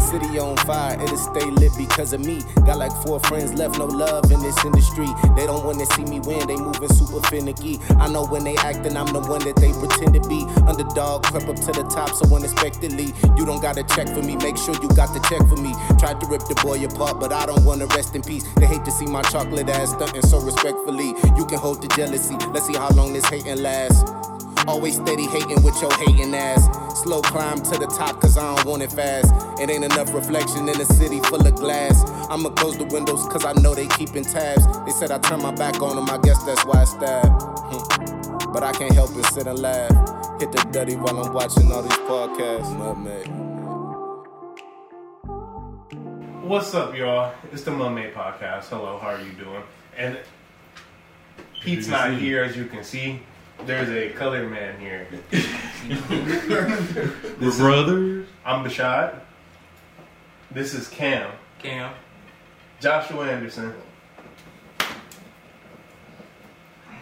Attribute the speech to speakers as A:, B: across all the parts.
A: city on fire, it'll stay lit because of me. Got like four friends left, no love in this industry. They don't wanna see me win, they moving super finicky. I know when they acting, I'm the one that they pretend to be. Underdog, crept up to the top so unexpectedly. You don't gotta check for me, make sure you got the check for me. Tried to rip the boy apart, but I don't wanna rest in peace. They hate to see my chocolate ass stunting so respectfully. You can hold the jealousy, let's see how long this hating lasts. Always steady hating with your hating ass. Slow climb to the top, cause I don't want it fast. It ain't enough reflection in a city full of glass. I'ma close the windows, cause I know they keeping tabs. They said I turned my back on them, I guess that's why I stabbed. Hmm. But I can't help but sit and laugh. Hit the dirty while I'm watching all these podcasts. Nutmeg.
B: What's up, y'all? It's the Mermaid Podcast. Hello, how are you doing? And Pete's
C: Good to
B: not
C: see you.
B: here, as you can see. There's a colored man here.
C: We're brothers.
B: I'm Bashad. This is Cam. Cam. Joshua Anderson.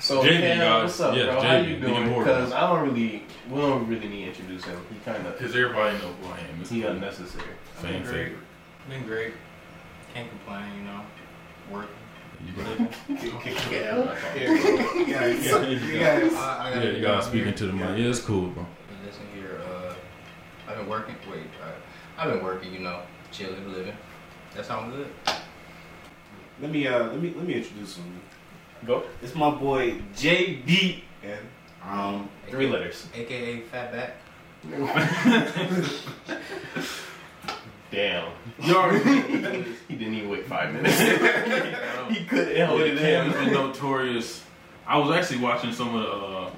B: So
C: JD,
B: Cam,
C: guys.
B: what's up,
C: Yes,
B: bro?
C: JD,
B: How you
C: the
B: doing?
C: immortal.
B: Because I don't really, we don't really need to introduce him. He kind of
C: Because everybody knows who I am. It's
B: he
C: cool.
B: unnecessary.
C: Fan
D: Been great.
C: favorite.
D: Been great. Can't complain, you know. Work.
C: You got-
B: Yeah.
D: Yeah, yeah. I, I
C: Yeah,
D: gotta
C: you
D: go
C: gotta
D: out
C: speak
D: here.
C: into the
D: Yeah.
C: mic. Yeah, it's cool, bro.
D: Been Listen here. Uh, I've been working. Wait, I, I've been working. You know, chilling, living. That sounds good.
E: Let me uh let me let me introduce him.
B: Go.
E: It's my boy JB and um
B: Three letters.
D: AKA Fat Back.
B: Damn.
E: you already
B: He didn't even wait five minutes. he couldn't hold it
C: Cam has
B: in.
C: been notorious. I was actually watching some of the uh,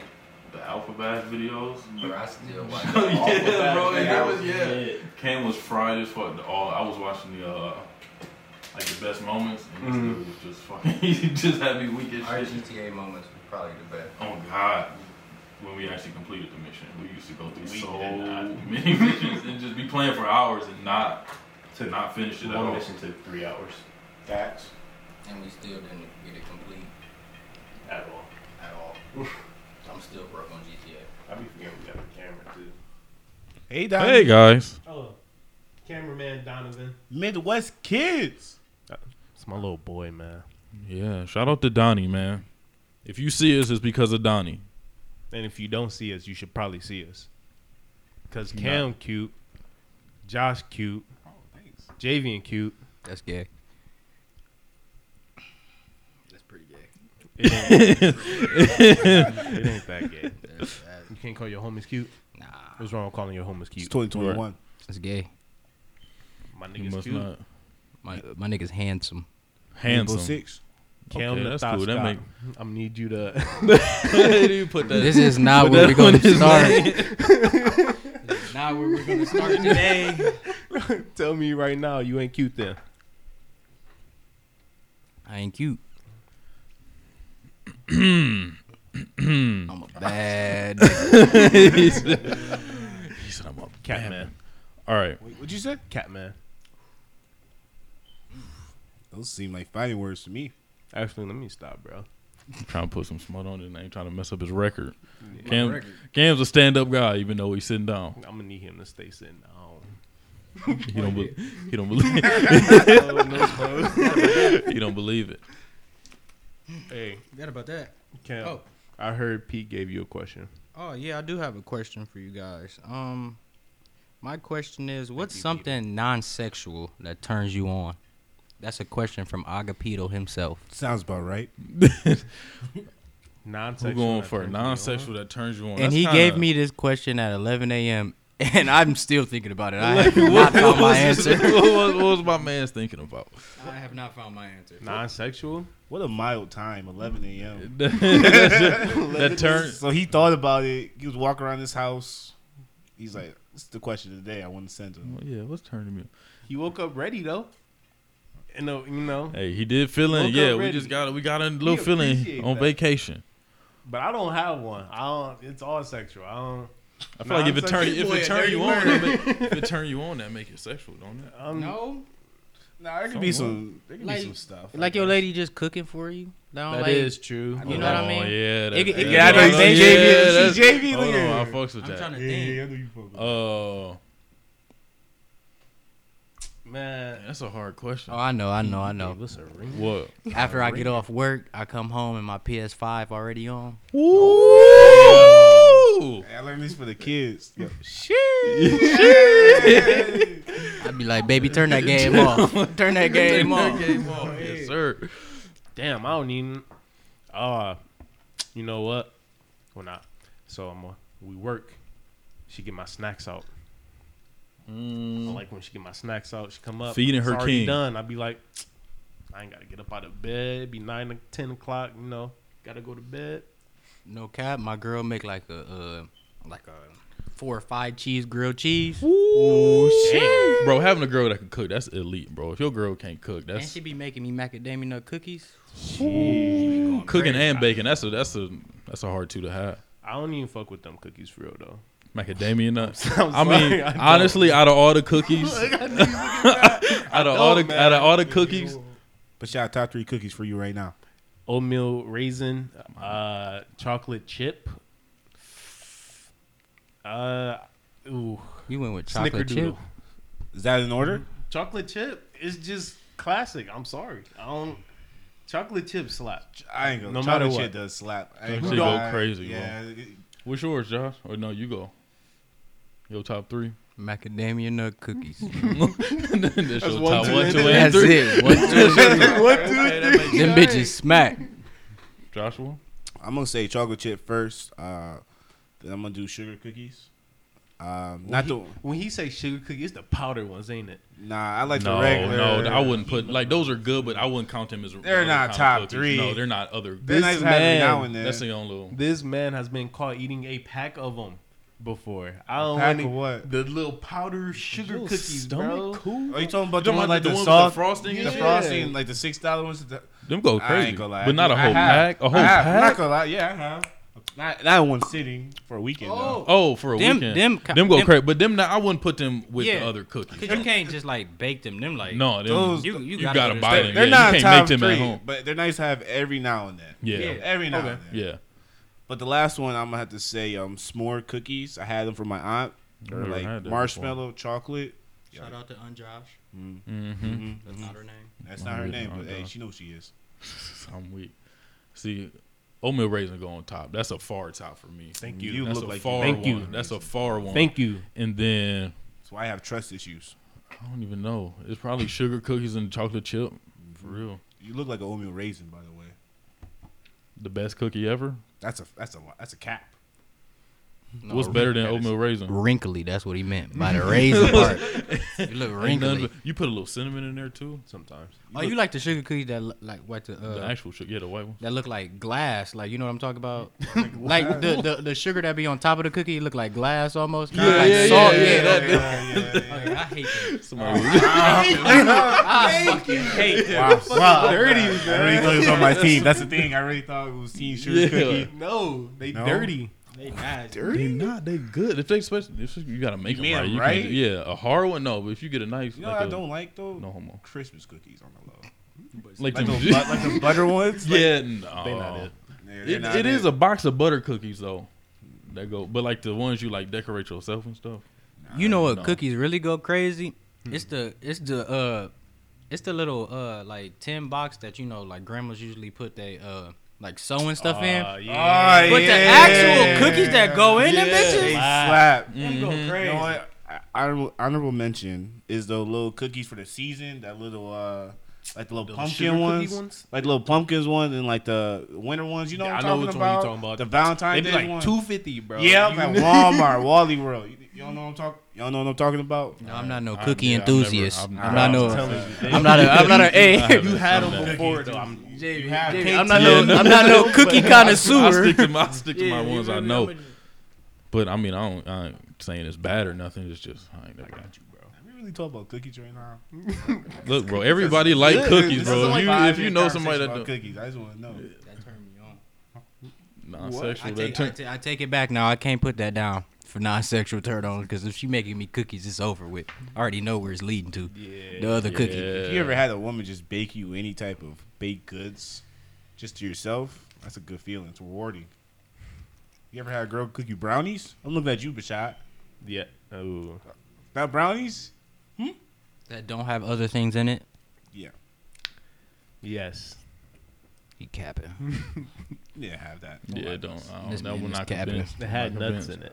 C: the Alpha Bass videos.
D: Bro, I still watch.
C: Oh,
D: it.
C: yeah,
B: Bass
C: bro. and that
B: videos.
C: was yeah. Cam was fried as fuck. The- All I was watching the uh, like the best moments, and this
B: Mhm.
C: dude was just fucking. He just had me weak
D: Our
C: as shit.
D: GTA moments were probably the best.
C: Oh God. When we actually completed the mission, we used to go through
B: We
C: so
B: did not.
C: many missions and just be playing for hours and not to not finish it at
B: One
C: all.
B: mission took three hours
E: facts.
D: And we still didn't get it complete
B: at all.
D: at all. I'm still broke on GTA.
B: I be forgetting we got the camera too.
F: Hey, Doc.
C: Hey guys.
B: Oh, cameraman Donovan.
F: Midwest kids. It's my little boy, man.
C: Yeah, shout out to Donnie, man. If you see us, it's because of Donnie.
F: And if you don't see us, you should probably see us. Cause Cam cute, Josh cute,
B: Oh,
F: Javian cute.
D: That's gay. That's pretty gay.
F: It ain't, it ain't that gay.
D: That's bad.
F: You can't call your homies cute.
D: Nah,
F: What's wrong with calling your homies
G: It's
F: cute?
G: 2021.
D: that's gay.
F: My
C: You
F: niggas
C: must
F: cute.
C: not
D: My my nigga's handsome.
C: handsome.
G: Rainbow Six.
F: Cam
C: Okay,
F: the
C: that's
F: thought
C: cool. That
F: stop.
C: make-
F: I'm need you to.
C: you put that.
D: This is not
C: put
D: where we're
C: that
D: going
C: on
D: to
C: his
D: start.
C: name.
D: not where we're going to start today.
F: Tell me right now, you ain't cute then.
D: I ain't cute. I'm a bad. nigga.
C: he said, he said, "I'm a
F: Cat
C: bad
F: man.
C: All right,
G: Wait, what'd you say?
F: Cat man.
G: Those seem like fighting words to me.
F: Actually, let me stop, bro.
C: I'm trying to put some smut on his name, trying to mess up his record. Cam, Cam's a stand-up guy, even though he's sitting down.
F: I'm gonna need him to stay sitting down.
C: He don't, be, he don't believe,
F: Oh, no, bro.
C: he don't believe it.
F: hey,
D: Forgot about that.
F: Cam.
D: Oh.
F: I heard Pete gave you a question.
D: Oh yeah, I do have a question for you guys. Um, my question is, what's something non-sexual that turns you on? That's a question from Agapito himself.
G: Sounds about right.
C: We're
F: Non-sexual.
C: going
F: that
C: for
F: turns me
C: non-sexual that turns you on.
D: and
C: That's
D: he
C: kinda-
D: gave me this question at 11 a.m. And I'm still thinking about it. I have not found my answer.
C: what, was, what was my man's thinking about?
D: I have not found my answer.
F: on. Non-sexual.
G: What a mild time, 11 a.m.
C: that turn.
G: So he thought about it. He was walking around his house. He's like, "This is the question of the day. I want to send him."
C: Yeah, what's turning me?
F: He woke up ready though. And uh, you know,
C: Hey, he did fill in.
F: Woke
C: Yeah,
F: up
C: we
F: ready.
C: just got a, we got a little
F: We
C: fill in
F: appreciate
C: on
F: that.
C: vacation.
F: but I don't have one. I don't. It's all sexual. I don't.
C: I feel like if it turn if
D: Boy,
C: it
D: a
C: turn
D: dirty
C: you on, that make, if it turn you on, that make it sexual, don't it?
D: Oh, Um,
F: I'm,
D: No,
G: Nah, there could be
C: Somewhat.
G: some. There could
D: Like-
G: be some stuff.
D: like your lady just cooking for you. That
F: That is true.
D: You know what I
C: Oh,
D: mean?
C: Yeah, that,
D: It- it-
C: that-
D: Yeah, I know
C: hold
D: you
C: on,
D: say
C: yeah,
G: JV, you
C: that's-
G: see JV,
C: hold
G: look
C: on, I
G: at
C: fucks with Uh,
D: I'm
C: that.
D: trying to
G: Yeah,
D: think.
G: I know you fuck with
C: Oh,
F: Man.
C: That's a hard question.
D: Oh, I know, I know, I know.
F: What's a ring?
C: What?
D: After I get off work, I come home and my PS5 already on.
C: Ooh.
G: I learned this for the kids. Yo,
D: I'd be like, baby, turn that game off. Turn that game off.
C: yes, sir.
F: Damn, I don't even. Uh, you know what? Well, not. So I'm. Uh, we work. She get my snacks out. I like when she get my snacks out. She come up.
C: Mm. Feeding
F: it's
C: her
F: already
C: king.
F: Done. I be like, I ain't gotta get up out of bed. Be nine to ten o'clock. You know, gotta go to bed.
D: No cap, my girl make like a uh, like a four or five cheese grilled cheese,
C: Bro, having a girl that can cook, that's elite, bro. If your girl can't cook,
D: and
C: that's
D: she be making me macadamia nut cookies.
C: cooking and baking. That's a that's a that's a hard two to have.
F: I don't even fuck with them cookies for real though.
C: Macadamia nuts.
F: I'm
C: I mean,
F: sorry, I don't.
C: honestly, out of all the cookies, out of all the out of all the cookies,
G: But y'all top three cookies for you right now.
F: Oatmeal raisin, uh, chocolate chip. Uh, ooh,
D: You went with chocolate
F: snickerdoodle.
D: chip.
G: Is that in order?
F: Chocolate chip is just classic. I'm sorry. I don't. Chocolate chip slap.
G: I ain't gonna.
F: No
G: No
F: matter
G: matter
F: what.
G: shit does slap. I
C: Shit
G: ain't gonna
C: go
G: lie.
C: crazy, bro.
G: Yeah, it-
C: what's yours, Josh? Or no, you go. Your top three.
D: Macadamia nut cookies.
C: that's your
F: one,
C: top
F: two,
C: one,
F: and
C: two,
F: three.
C: and
D: That's
C: three.
D: it. One, two, them bitches smack.
C: Joshua.
G: I'm gonna say chocolate chip first. Uh, then I'm gonna do sugar cookies. Um, not the
F: When he say sugar cookie, it's the powder ones, ain't it?
G: nah. I like
C: No,
G: the regular.
C: no, I wouldn't put like those are good, but I wouldn't count them as.
G: Oh, They're
C: other kind
G: not
C: of
G: top
C: cookies.
G: three.
C: No, they're not other.
G: They're nice
F: This
G: to have every
F: man-
G: now and then.
C: That's the only little.
F: This man has been caught eating a pack of them before. I don't
G: pack
F: want
G: of
F: any-
G: what?
F: The little powder sugar
G: Little
F: cookies, bro.
G: stomach Are you talking about
C: Them
G: the
C: like
G: one like
C: the
G: the,
C: ones with the
G: soft
C: frosting
G: The
C: and shit?
G: frosting, like the six dollar ones. that-
C: Them go
G: I
C: crazy,
G: ain't gonna lie,
C: but not a
G: I
C: whole
G: have.
C: pack. A whole
G: I have. I'm
C: pack.
G: not gonna lie. Yeah, I have. Not, not in one sitting for a weekend. though.
C: Oh, for a
D: Them-
C: weekend.
D: them
C: Them,
D: ki-
C: go
D: them-
C: crazy, but them now I wouldn't put them with
D: Yeah.
C: the other cookies.
D: Cause you can't just like bake them. Them like
C: No, them,
G: Those-
D: You
C: you,
D: you,
C: gotta,
D: go to
C: buy
D: the
C: them. Yeah,
D: store.
G: They're
C: you
G: not
C: can't
G: top
C: make them
G: three,
C: at home.
G: but they're nice to have every now and then.
C: Yeah, yeah.
G: Every now and then. But the last one I'm gonna have to say um s'more cookies. I had them from my aunt. They're
C: Never had
G: like
C: that
G: marshmallow chocolate.
D: Shout out to Unjosh.
C: Mm-hmm.
D: That's not her name.
G: That's not her
C: Yeah,
G: name,
C: I'm
G: but hey,
C: done.
G: she knows she is.
C: I'm weak. See, oatmeal raisin go on top. That's a far top for me.
G: Thank you. You
C: That's
G: look
C: a
G: like you.
C: far
F: Thank
C: one.
F: you.
C: That's a far one.
F: Thank you.
C: and then
G: So I have trust issues.
C: I don't even know. It's probably sugar cookies and chocolate chip. For real,
G: You look like an oatmeal raisin, by the way.
C: the best cookie ever.
G: That's a that's a lot. That's a cap.
D: No,
C: What's better than oatmeal raisin?
D: Wrinkly. That's what he meant by the raisin part. You look
C: Ain't nothing
D: wrinkly.
C: but- You put a little cinnamon in there too. Sometimes
D: Oh, you like the sugar cookies that look like what the,
C: the
D: uh,
C: actual sugar, yeah, the white one.
D: that look like glass, like you know what I'm talking about? like the, the the sugar that be on top of the cookie look like glass almost. Kinda like
C: yeah,
D: salt.
C: yeah,
D: yeah,
C: that-
D: I hate that.
G: Oh, Wow, dirty. I already thought it was on my team. That's the thing. I already thought it was team sugar
C: Yeah.
G: cookie.
F: No, they
G: No?
F: dirty.
C: They not they good. If they special, if you gotta make
G: You made
C: them right.
G: 'em
C: You
G: right?
C: can't, yeah, a hard one no. But if you get a nice,
G: You know
C: like
G: what I
C: a-
G: don't like though?
C: no homo,
G: Christmas cookies on the low.
C: like,
G: Like
C: them-
G: the, but, like the butter ones. Like,
C: yeah, no,
F: They not it.
G: yeah, they're
C: It,
G: not
C: it is a box of butter cookies though. That go, but like the ones you like decorate yourself and stuff.
D: You know what
C: No.
D: cookies really go crazy?
C: Hmm.
D: It's the it's the uh it's the little uh like tin box that you know like grandmas usually put they uh like sewing stuff in.
C: Ah,
F: Uh,
G: Oh,
F: yeah.
D: But the actual cookies that go in them
G: They
D: bitches.
G: slap.
F: Go
G: You
F: crazy.
G: know what? I- Honorable, honorable mention is the little cookies for the season. That little, uh, like the little
F: sugar
G: pumpkin
F: cookie
G: ones,
F: ones?
G: like little pumpkins ones, and like the winter ones. You know
F: Yeah,
G: what I'm
F: I know
G: talking,
F: which one
G: about?
F: you're talking about.
G: The Valentine's
F: They be
G: Day
F: like
G: one.
F: two fifty, bro.
G: yeah,
F: You
G: at
F: know-
G: Walmart, Wally World. You, you don't know what I'm talking. Y'all know what I'm talking about.
D: No, I'm not no
C: I-
D: cookie
C: yeah, I've never-
D: enthusiast.
C: I've-
D: I'm
C: I
D: not
C: was
D: no.
C: telling
D: I'm not a. I'm not a. Hey,
F: You had them
C: Cookies,
F: before, though. I'm
G: You have
D: Jimmy,
G: cake
D: I'm not
G: too.
D: no.
C: Yeah, no.
D: I'm not no cookie
C: I
D: connoisseur.
C: stick to my, I stick to my ones I know. But I mean, I don't. I ain't saying it's bad or nothing. It's just I ain't never.
G: We really talk about cookies right now.
C: Look, bro. Everybody like cookies,
G: This is
C: bro.
G: like
C: If you,
G: five
C: if you
G: minute
C: know somebody
G: conversation
C: that
G: about cookies, I just want to know.
D: I
C: non-sexual, that
D: take, I
C: turn.
D: ta- I take it back now. I can't put that down for non-sexual turn on because if she making me cookies, it's over with. I already know where it's leading to. the other cookie.
G: If you ever had a woman just bake you any type of baked goods just to yourself, that's a good feeling. It's rewarding. You ever had a girl cook you
F: Oh.
G: brownies? I'm looking at you, Bashad.
F: yeah. Ooh.
G: Not brownies?
D: that don't have other things in it,
G: Yeah.
F: Yes.
D: you capping.
G: Yeah, have that.
C: Yeah, don't. I
D: This
C: don't know.
D: man
C: We're
D: is
C: not
D: capping.
C: convinced.
F: It had
C: Not
F: nuts
C: convinced.
F: in it.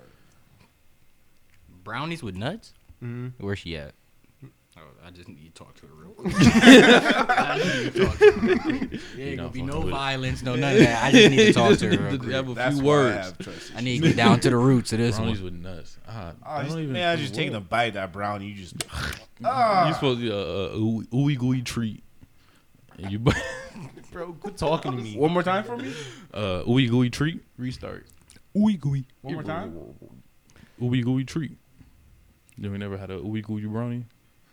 D: Brownies with nuts?
F: Mm-hmm.
D: Where's she at? Oh, I just need to talk to her real quick. There ain't gonna be no violence, no none of that. I just need to talk to her. Real quick.
C: Have a
G: That's
C: few
G: why I
C: words.
G: have trust
D: I need to get down to the roots of this
C: Brownies
D: one.
C: with nuts. Ah,
G: Oh,
C: I
G: just,
C: don't even.
G: man, I just Ah. taking a bite of that brownie. You just
C: You supposed to be a, a ooey ooey gooey treat. And you bu-
F: Bro, quit talking to me.
G: one more time for me.
C: uh, ooey gooey treat.
F: Restart.
C: Ooey gooey.
G: One more time.
C: Ooey gooey treat. Then we never had a ooey gooey brownie.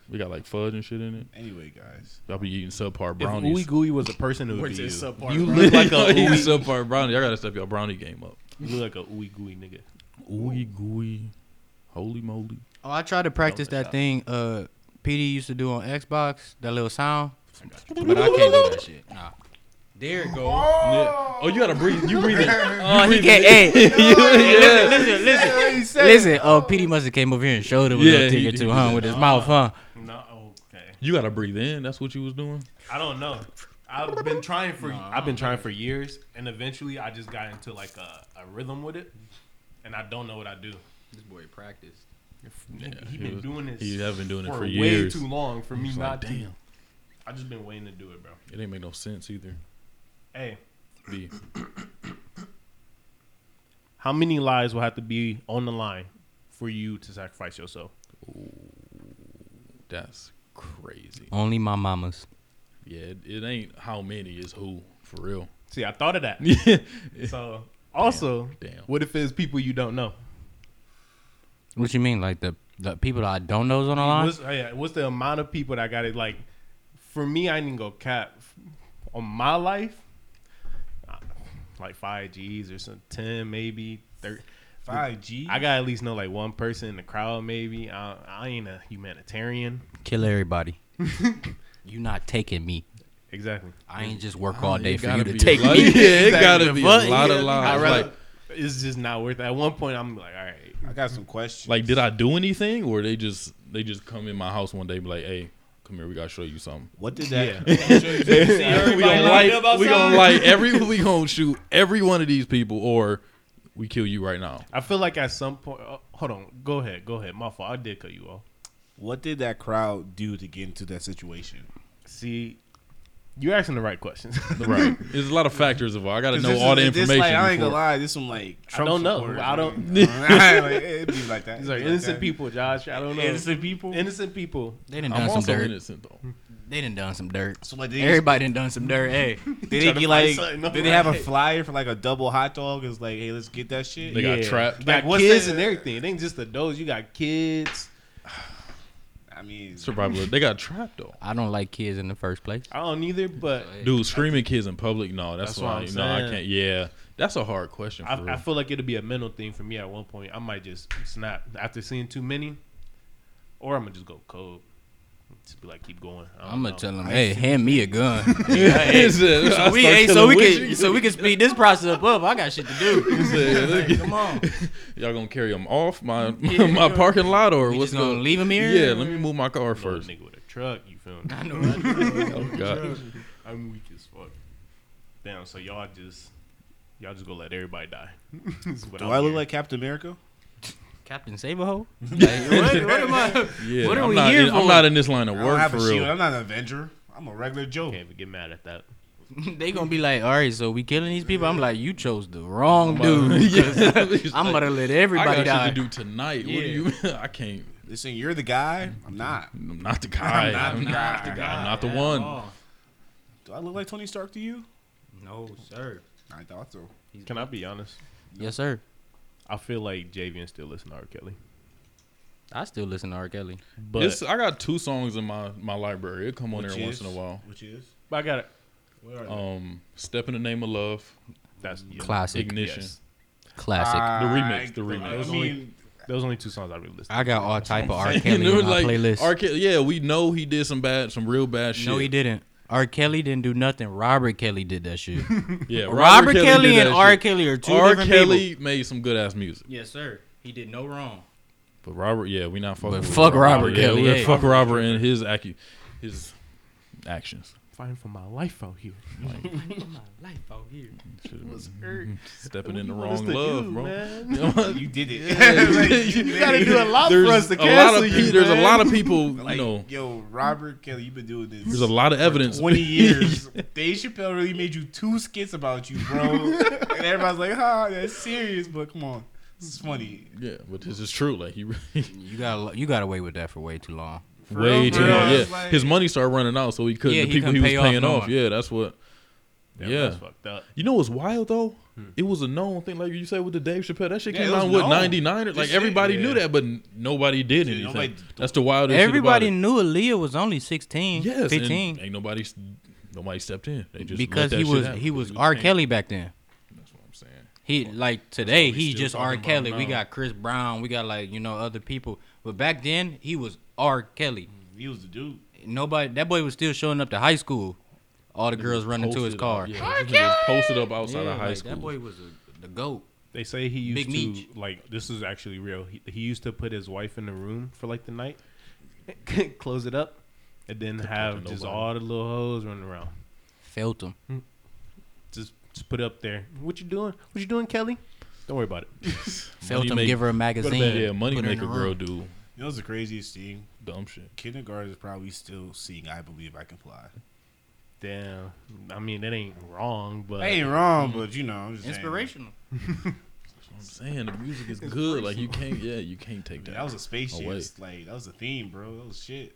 C: We got like fudge and shit in it.
G: Anyway, guys,
C: Y'all be eating subpar
F: If
C: brownies.
F: Ooey Gooey was a person, it would be you.
C: you look like a ooey subpar brownie. I gotta step your brownie game up.
F: You look like a Ooey Gooey nigga.
C: Ooey gooey. Holy moly.
D: Oh, I tried to practice that thing uh PD used to do on Xbox, that little sound. But I can't do that shit. Nah. There it goes.
C: Yeah. Oh, you gotta breathe. You breathe in.
D: Oh, he can't. Hey, hey, listen, listen, listen. Listen, oh, PD must have came over here and showed him a
C: Yeah,
D: little thing
C: he-
D: or two,
C: he
D: huh?
C: did.
D: With his mouth, huh?
F: No, okay.
C: You gotta breathe in. That's what you was doing.
F: I don't know. I've been trying for I've been trying for years, and eventually I just got into like a, a rhythm with it, and I don't know what I do.
D: This boy practiced.
F: He- he
C: he
F: been
C: was-
F: doing this.
C: he have been doing it for
F: way
C: years.
F: too long for me
C: It's like,
F: not to.
C: damn.
F: I just been waiting to do it, bro.
C: It ain't make no sense either.
F: Hey,
C: B.
F: how many lives will have to be on the line for you to sacrifice yourself?
C: That's crazy.
D: Only my mama's.
C: Yeah, it, it ain't how many, it's who. For real.
F: See, I thought of that.
C: Yeah.
F: So also,
C: Damn.
F: what if it's people you don't know?
D: What you mean, like the the people that I don't know's on the line?
F: What's, oh, yeah, what's the amount of people that got it? Like, for me, I didn't go cap on my life, uh, like five G's or some ten, maybe thirty.
G: five G.
F: I got at least know like one person in the crowd, maybe. I, I ain't a humanitarian.
D: Kill everybody. you not taking me.
F: Exactly.
D: I ain't just work all day
C: It
D: for
C: Oh, gotta
D: you to
C: be a
D: take
C: lot-
D: me.
C: Yeah, it gotta be a lot of
F: I
C: lives.
F: rather,
C: Like,
F: it's just not worth it. At one point, I'm like, all right,
G: I got some questions.
C: like, did I do anything, or they just they just come in my house one day, and be like, "Hey, come here, we gotta show you something."
G: what did that?
C: we gonna light, we gonna light every, we gonna shoot every one of these people, or we kill you right now.
F: I feel like at some point, oh, hold on, go ahead, go ahead. My fault. I did cut you off.
G: What did that crowd do to get into that situation?
F: See, you're asking the right questions.
C: Right? There's a lot of factors involved. I gotta
G: 'Cause
C: know
G: this
C: all
G: is-
C: the
G: this,
C: information.
G: Like, I ain't gonna
C: before-
G: lie. This some like Trump
F: don't know.
G: supporters,
F: I don't-
G: man. I- like, it'd be like that.
F: These are
G: It'd be like
F: innocent
G: that.
F: people, Josh. I don't know.
E: Innocent people.
F: Innocent people.
D: They done
C: I'm
D: done some
C: also
D: dirt.
C: innocent though.
D: They done done some dirt.
G: So like, they just-
D: Everybody done done some dirt. Hey,
G: Did they
F: to find
G: get like?
F: something,
G: Did they
F: right?
G: have a flyer for like a double hot dog? Is like, hey, let's get that shit.
C: They got trapped.
F: Got
G: Like, what's
F: kids
G: that-
F: and everything. It ain't just adults. You got kids.
G: I mean,
C: Survival. They got trapped though.
D: I don't like kids in the first place.
F: I don't either, but
C: Dude, screaming kids in public? No, that's,
F: That's
C: why.
F: what I'm
C: no, I
F: saying.
C: can't. Yeah, that's a hard question. For
F: I, I
C: real.
F: feel like it'll be a mental thing for me at one point. I might just snap after seeing too many, or I'm gonna just go cold. Just be like, keep going. I don't
C: Oh,
D: I'm gonna
F: know.
D: tell them, hey, hand me a gun.
C: Said, I
D: we,
C: start
D: hey, so
C: killing
D: we can
C: witches.
D: so we can speed this process up. I got shit to do.
C: Said, look,
D: Come on,
C: y'all gonna carry them off my my, my parking lot or
D: we
C: what's
D: just gonna
C: going?
D: leave him here.
C: Yeah, let me move my car
F: You know, a
C: first.
F: nigga with a truck. You feel me?
D: I know. right?
C: Oh God,
F: I'm weak as fuck. Damn. So y'all just y'all just gonna let everybody die. Is what
G: do
F: I'm
G: I look
F: hearing.
G: like Captain America?
D: Captain Saberho. Like, what, what am I?
C: yeah.
D: What are
C: I'm
D: we
C: not
D: here
C: in, I'm
D: for?
C: not in this line of
G: I don't
C: work
G: have
C: for
G: a
C: real.
G: shield. I'm not an Avenger. I'm a regular Joe.
F: Can't even get mad at that.
D: they gonna be like, all right, so we killing these people. I'm like, you chose the wrong dude.
C: Yeah. It's
D: I'm
C: like,
D: gonna let
C: I got
D: everybody die.
C: shit to do tonight. What do you? I can't.
G: Listen, you're the guy. I'm not.
C: I'm not the guy. I'm not, the guy. I'm not the one.
G: Do I look like Tony Stark to you?
D: No, sir.
G: I thought so.
F: Can I be honest?
D: Yes, sir.
F: I feel like Javian still listen to R. Kelly,
D: I still listen to R. Kelly.
F: but
C: It's- I got two songs in my my library. It come on there once in a while.
G: Which is?
F: I got it.
C: Um, step in the name of love,
F: That's yeah.
D: Classic.
C: ignition.
F: Yes.
D: Classic.
C: The remix, the remix.
G: I mean,
F: Those only two songs I really listened.
D: I got all type of R.
C: And
D: Kelly
C: it was
D: on my playlist.
C: R. Kelly, yeah, we know he did some bad, some real bad shit.
D: No, he didn't. R. Kelly didn't do nothing. Robert Kelly did that shit.
C: Yeah,
D: Robert, Kelly,
C: did
D: and
C: that
D: R.
C: shit.
D: Kelly are two
C: R.
D: different
C: Kelly made some good ass music.
D: Yes, sir. He did no wrong.
C: But Robert, yeah, we not fucking.
D: But
C: with
D: fuck Robert
C: Yeah,
D: Kelly,
C: we
D: yeah.
C: fuck Robert and his acu- his actions.
F: Fighting for my life out here.
D: Life out here.
C: Should've been Stepping in the
B: want us
C: wrong
B: to
C: love,
B: do,
C: bro.
B: man?
C: You know what?
G: You did it. Like, you, gotta do a lot
C: There's
G: for us to
C: a lot
G: cancel
C: of
G: you.
C: pe- there's a
G: man.
C: lot of people.
G: Like,
C: you know,
G: yo, Robert Kelly, you've been doing this.
C: there's a lot of evidence.
G: 20 years. Dave Chappelle really made you two skits about you, bro. and everybody's like, ha, that's serious, but come on. This is funny.
C: yeah, but this is true. Like he really,
D: You got lo- you got away with that for way too long.
C: way
G: real,
C: too
G: for
C: long.
G: real.
C: Yeah,
G: Like-
C: his money started running out, so he couldn't.
D: Yeah,
C: the
D: he
C: people he,
D: couldn't
C: was
D: pay off
C: paying
D: no
C: off.
D: more.
C: Yeah, that's what. Yeah,
F: That's fucked up.
C: you know what's wild though? It was a known thing, like you said with the Dave Chappelle. That shit
G: Hmm. Yeah,
C: came
G: it was
C: out with
G: known.
C: ninety nine. Like
G: This
C: everybody
G: shit-
C: knew that, but n- nobody did anything.
G: nobody-
C: That's the wildest.
D: Everybody
C: shit about
D: knew Aaliyah was only 16,
C: it. yes,
D: 15
C: and ain't nobody, s- nobody stepped in. They just
D: because
C: let that
D: he
C: shit
D: was
C: happen.
D: he was
C: Because
D: R
C: can't-
D: Kelly back then.
C: That's what I'm saying.
D: He like today
C: why we
D: he's
C: still
D: just R.
C: talking about
D: Kelly.
C: him
D: We
C: now.
D: got Chris Brown. We got like you know other people. But back then he was R. Kelly.
C: Mm.
G: He was the dude.
D: Nobody that boy was still showing up to high school. All the girls running to his
C: Posted up,
D: car.
C: yeah, he was posted up outside
D: Yeah,
C: of high
D: like,
C: school.
D: That boy was a, the goat.
F: They say he used
D: Big
F: to
D: Meech.
F: like this is actually real. He, he used to put his wife in the room for like the night, close it up, and then have
C: to
F: just
C: nobody.
F: all the little hoes running around.
D: Felt him.
F: Just just put it up there. What you doing? What you doing, Kelly? Don't worry about it.
D: Felt him.
C: Moneymaker-
D: Give her a
C: Go to
D: magazine.
C: bed. Yeah, money
D: put her in
C: maker
D: the room.
C: girl do
G: You know what's the craziest thing?
C: dumb shit.
G: Kindergarten is probably still seeing I Believe I Can Fly.
F: Damn. I mean that ain't wrong, but
G: I ain't wrong,
C: mm-hmm.
G: but you know, I'm just saying.
D: Inspirational.
C: I'm saying the music is good. Like you can't. Yeah, you can't take that.
G: That was a space
C: Away.
G: shit. Like, that was a theme, bro. That was shit.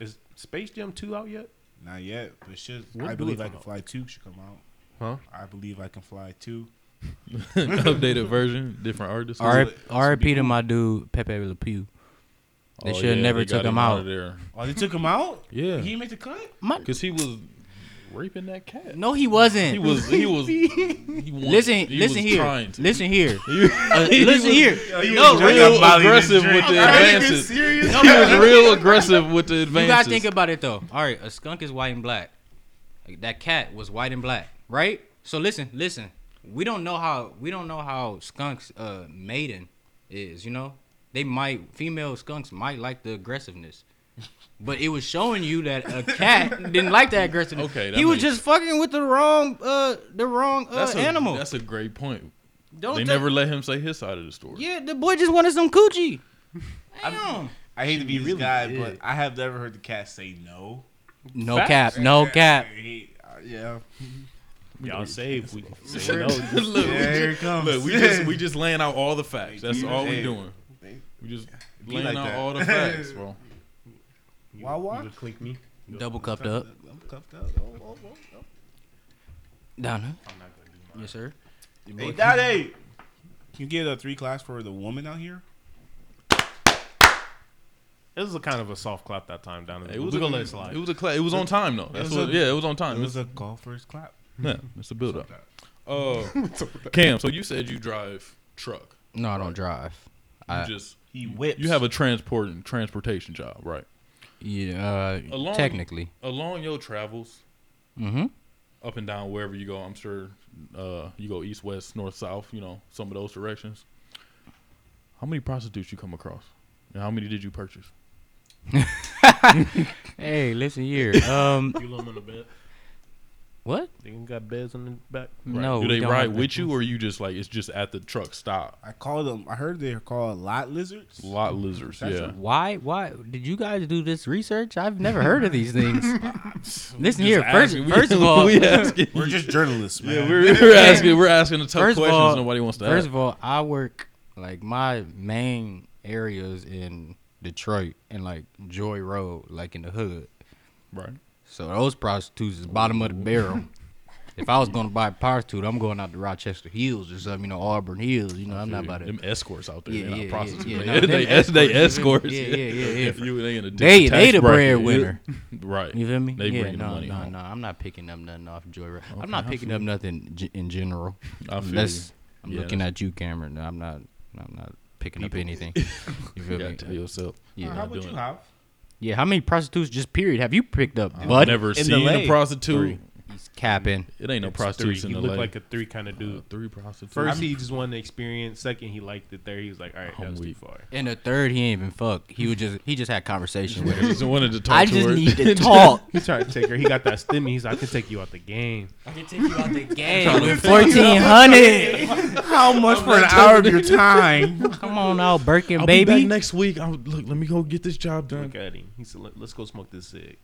F: is Space Jam two out yet?
G: Not yet, but shit.
F: When do
G: I
F: it
G: Believe I
F: come
G: Can
F: out?
G: Fly 2 should come out.
F: Huh?
G: I Believe I Can Fly 2.
C: updated version, different artists.
D: R.
G: That's what
D: R.
G: people-
D: P. to my dude Pepe Le Pew. They
C: Oh,
D: should have
C: yeah,
D: never
C: they got
D: took him out.
C: of there.
G: Oh, they took him out?
C: Yeah.
G: He didn't make the cut?
D: My-
C: Cause he was raping that cat.
D: no, he wasn't.
C: He was. He was. He wanted,
D: Listen,
C: he
D: listen,
C: was
D: here.
C: Trying to.
D: listen here. Uh, Listen
C: was-
D: here.
G: he
D: No, real-
G: was drinking
C: Real
G: Molly and
C: aggressive
G: drink.
C: with the
G: Are you
C: advances.
G: serious?
C: He was real aggressive with the
D: You
C: advances.
D: gotta think about it though. All right, a skunk is white and black. Like, that cat was white and black, right? So listen, listen. We don't know how we don't know how skunks uh maiden is. You know, they might female skunks might like the aggressiveness. But it was showing you that a cat didn't like that aggressiveness.
C: Okay, that
D: he was
C: makes-
D: just fucking with the wrong, uh, the wrong uh,
C: that's a,
D: animal.
C: That's a great point.
D: Don't
C: they
D: tell-
C: never let him say his side of the story.
D: Yeah, the boy just wanted some coochie. Damn.
G: I hate to be this guy, but I have never heard the cat say no.
D: No cap, no cap.
G: He- uh, yeah.
F: Y'all save we say
G: Sure.
F: no.
C: look, we
G: Yeah, here it
C: just,
G: comes.
C: look, we just we just laying out all the facts. That's
G: Yeah.
C: all we
G: Hey.
C: doing. We just
G: Be
C: laying
G: like
C: out
G: that.
C: all the facts, bro.
G: Why, why?
F: You click me.
D: Double cupped up.
G: I'm cuffed up. Oh, oh, oh, oh.
D: Donna. Yes, sir.
G: Hey, Daddy! Can you get a three class for the woman out here?
F: It was a kind of a soft clap that time down
C: It
F: there.
C: was
F: We're
C: a,
F: gonna let it
C: It
F: slide.
C: was a cla- It was on time though. That's
G: was
C: what.
G: a-
C: yeah, it was on
G: It
C: time.
G: was a golfer's clap.
C: Yeah, it's a build up. Uh, Cam, so you said you drive truck.
D: No, I don't drive.
C: You
D: I-
C: just
G: He whips.
C: you have a transport and transportation job, right?
D: Yeah, uh,
C: Along-
D: technically.
C: Along your travels,
D: Mm-hmm.
C: up and down wherever you go, I'm sure uh, you go east, west, north, south. You know some of those directions. How many prostitutes you come across? And how many did you purchase?
D: Hey, listen here. Um,
F: You love 'em on the bed.
D: what?
F: They ain't got beds on the back.
C: Right.
D: No,
C: do
D: we
C: they
D: don't
C: ride
D: have to-
C: with you, or you just like it's just at the truck stop?
G: I called them. I heard they're called lot lizards.
C: Lot lizards,
G: That's
C: yeah.
D: Why? Why did you guys do this research? I've never heard of these things. listen here.
C: Just
D: First,
C: asking. We-
D: first of all,
C: we asking,
G: We're just journalists, man. Uh,
C: yeah, we're, we're asking, we're asking the tough
D: First of
C: questions
D: all-
C: nobody wants to
D: first
C: ask.
D: of all, I work like my main areas in Detroit and like Joy Road, like in the hood.
C: right.
D: So those prostitutes is bottom of the barrel. if I was gonna buy a prostitute, I'm going out to Rochester Hills or something, you know, Auburn Hills. You know, I'm not about to.
C: them escorts out there.
D: Yeah,
C: they're not
D: yeah, yeah,
C: prostitutes.
D: yeah,
C: They-
D: no, them
C: they, es- they escorts.
D: Yeah, yeah, yeah, yeah.
C: If you ain't in a
D: They-
C: different
D: they
C: tax
D: the
C: bracket,
D: breadwinner.
C: yeah. right?
D: You feel me?
C: They
D: yeah,
C: bringing
D: no,
C: the money
D: no,
C: home.
D: no. I'm not picking up nothing off Joyride.
C: Okay,
D: I'm not
C: I
D: picking
C: feel
D: up nothing g- in general.
C: I feel
D: Unless I'm
C: Yeah,
D: looking at you, Cameron. I'm not. I'm not picking up anything. You
C: you.
D: feel
C: You gotta
D: me?
C: tell yourself.
D: Yeah.
G: How would you have?
D: Yeah. How many prostitutes just period have you picked up,
C: I've
D: bud?
C: never
G: in
C: seen
G: LA.
C: a prostitute.
D: He's capping.
C: It ain't no
F: It's
C: prostitutes
F: three.
C: in
F: He
C: LA.
F: looked like a three kind of dude.
C: three prostitutes.
F: First, he just wanted to experience. Second, he liked it there. He was like, all right, that
C: I'm
F: was too
C: weak.
F: far.
D: And the third, he ain't even fuck. He was just he just had conversation with
C: I
D: her.
C: just wanted to talk
D: I
C: to
D: just
C: her.
D: need to talk.
F: He tried to take her. He got that stimmy. He's like, I can take you out the game.
D: I can take you out the game with fourteen hundred.
G: How much for an hour of your time?
D: Come on out, Birkin,
C: I'll
D: baby.
C: be back next week. I'll, look, let me go get this job done.
F: Look at him. He said, Let, us go smoke this cig.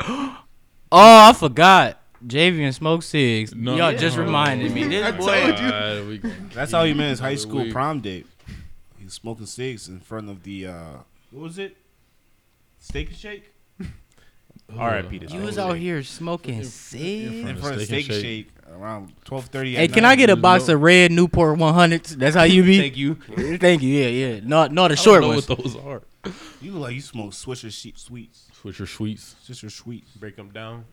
D: Oh, I forgot. Javian smoke cigs.
C: No.
D: Y'all just
C: Yeah.
D: reminded me. This boy.
C: God, we gonna
G: That's
C: keep
G: how he met his high
C: another
G: school
C: week.
G: prom date. He was smoking cigs in front of the uh, what was it? Steak and Shake.
F: R.I.P. this
D: You
F: man.
D: was out here smoking cigs.
C: the
G: In front of
C: Steak
G: Steak
C: and
G: and Shake around twelve thirty.
D: Hey, can I get a box of red Newport 100s? That's how you be.
F: Thank you.
D: Thank you. Yeah, yeah. Not not the
C: I
D: short
C: don't know
D: ones.
C: what those are.
G: You look like you smoke Swisher she- sweets.
C: Switcher sweets.
G: Swisher sweets.
F: Break them down.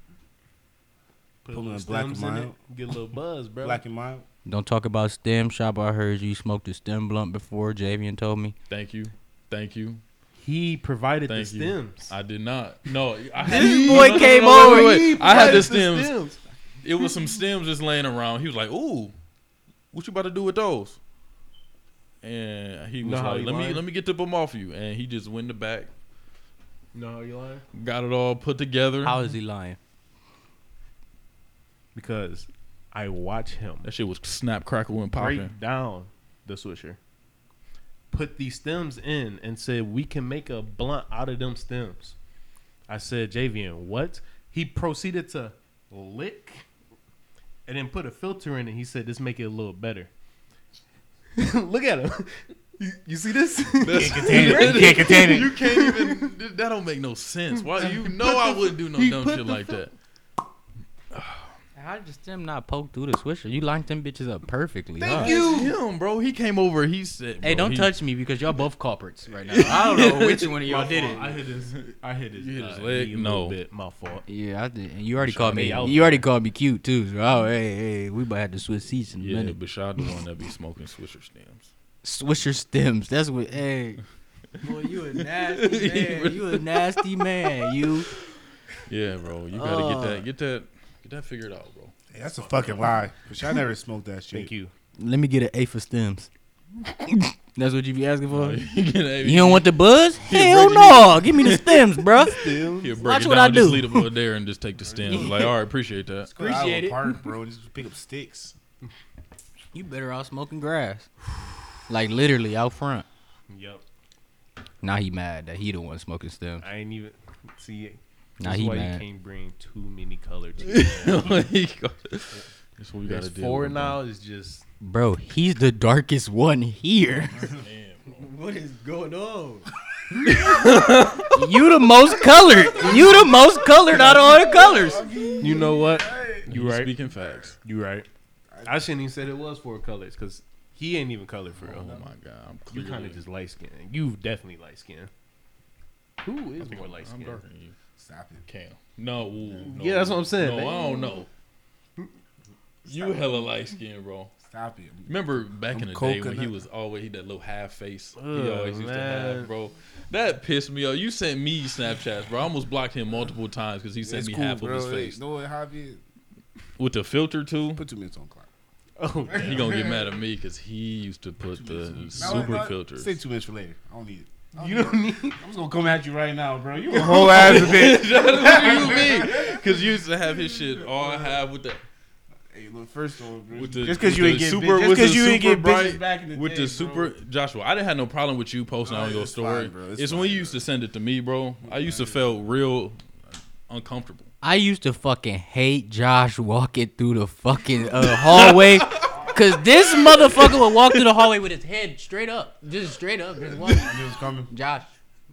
F: Put a
G: Put 'em
F: little
G: in black
F: stems
G: and
F: in it.
G: mild.
F: Get a little buzz, bro.
G: Black and mild.
D: Don't talk about stem shop. I heard you smoked a stem blunt before. Javian told me.
C: Thank you. Thank you.
F: He provided
C: Thank
F: the
C: you.
F: stems.
C: I did not. No, I had,
D: This boy came over.
C: wait, wait. I had the stems.
F: stems.
C: It was some stems just laying around. He was like, "Ooh, what you about to do with those?" And he was
F: Know how
C: like,
F: he
C: "Let me
F: lied?
C: let me get them off you." And he just went in the back,
F: No, you lying?
C: got it all put together.
D: How is he lying?
F: Because I watch him
C: that shit was snap crackle and
F: break
C: popping.
F: down the swisher, put these stems in, and said we can make a blunt out of them stems. I said, Javian, what? He proceeded to lick and then put a filter in it. He said, this make it a little better. Look at him. You, you see this?
G: You can't contain it.
C: You can't even. That don't make no sense. Why you know I wouldn't do no
F: he
C: dumb
F: put
C: shit
F: the
C: like that.
D: How did stem not poke through the swisher? You lined them bitches up perfectly. huh?
C: you, him, bro. He came over. He said,
D: Hey,
C: bro,
D: don't
C: he-
D: touch me because y'all both culprits right now. I don't know which one of y'all did it.
F: I hit his. I hit his.
C: You hit his
F: uh,
C: leg?
F: knee a little
C: No.
F: bit. My fault.
D: Yeah, I did. And you already
F: Shout
D: called me.
F: me out.
D: You already called me cute too. So oh, hey, hey, we about to have to switch seats in a
C: Yeah,
D: minute.
C: Bashad the one that be smoking Swisher stems.
D: Swisher stems. That's what. Hey, boy, you a nasty man. You a nasty man. You.
C: Yeah, bro. You gotta get that. Get that. Get that figured out, bro.
G: Hey, that's a fucking lie. Cause I never smoked that shit.
F: Thank you.
D: Let me get an A for stems. That's what you be asking for.
C: you
D: You don't want the buzz? Hell
C: breaking
D: no! Give me the stems, bruh.
C: He'll break
D: Watch
C: it
D: what
C: down,
D: I
C: just
D: do.
C: leave them over there and just take the stems. Like, all right, appreciate that.
G: Go to Iowa
D: Appreciate it.
G: Park, bro. and Just pick up sticks.
D: You better off smoking grass, like literally out front.
F: Yep.
D: Now he mad that he the one smoking stems.
F: I ain't even see.
D: Nah,
F: that's
D: he
F: why
D: mad.
F: you can't bring too many color to it.
C: Like, That's what we gotta
F: There's
C: do.
F: four now is just
D: Bro, he's the darkest one here.
F: what is going on?
D: you the most colored. You the most colored out of all the colors.
F: You know what? You right.
C: Speaking facts.
F: You right. I shouldn't even said it was four colors because he ain't even colored for
C: Oh
F: real.
C: my god, I'm
F: you
C: clearly.
F: kind of just light skinned. You definitely light skinned. Who is more light
C: I'm
F: skinned?
C: darker than you.
G: Stop it.
C: Cam. No, ooh, no.
F: Yeah, that's what I'm saying.
C: No,
F: man.
C: I don't know. You hella light skinned, bro.
G: Stop it.
C: Remember back in the day when he
G: coconut.
C: was always he that little half face he
F: Ugh,
C: always used to
F: man.
C: have, bro. That pissed me off. You sent me Snapchats, bro. I almost blocked him multiple times because he sent me half of his face
G: No, Javi,
C: with the filter too.
G: put two minutes on clock.
F: Oh,
C: He gonna get mad at me because he used to put the super filters.
G: uh, Stay two minutes for later. I don't need it.
F: you don't need.
G: I'm just gonna come at you right now, bro. You a whole ass bitch.
C: what do you mean? Because you used to have his shit all half with the
G: Hey, look, first of all, bro.
C: with the
G: just
C: with
G: because you
C: the
G: ain't get
C: super
G: super, just
C: with the
G: because you ain't
C: super
G: get
C: bright
G: bitches back in the
C: with
G: day,
C: the super Joshua. I didn't have no problem with you posting
G: No,
C: on your
G: it's
C: story.
G: fine, bro.
C: It's,
G: It's
C: when
G: fine,
C: you used to send it to me, bro. I used to feel real uncomfortable.
D: I used to fucking hate Josh walking through the fucking uh, hallway. Cause this motherfucker would walk through the hallway with his head straight up. Just straight up. Just walking.
G: Bro. It was coming.
D: Josh.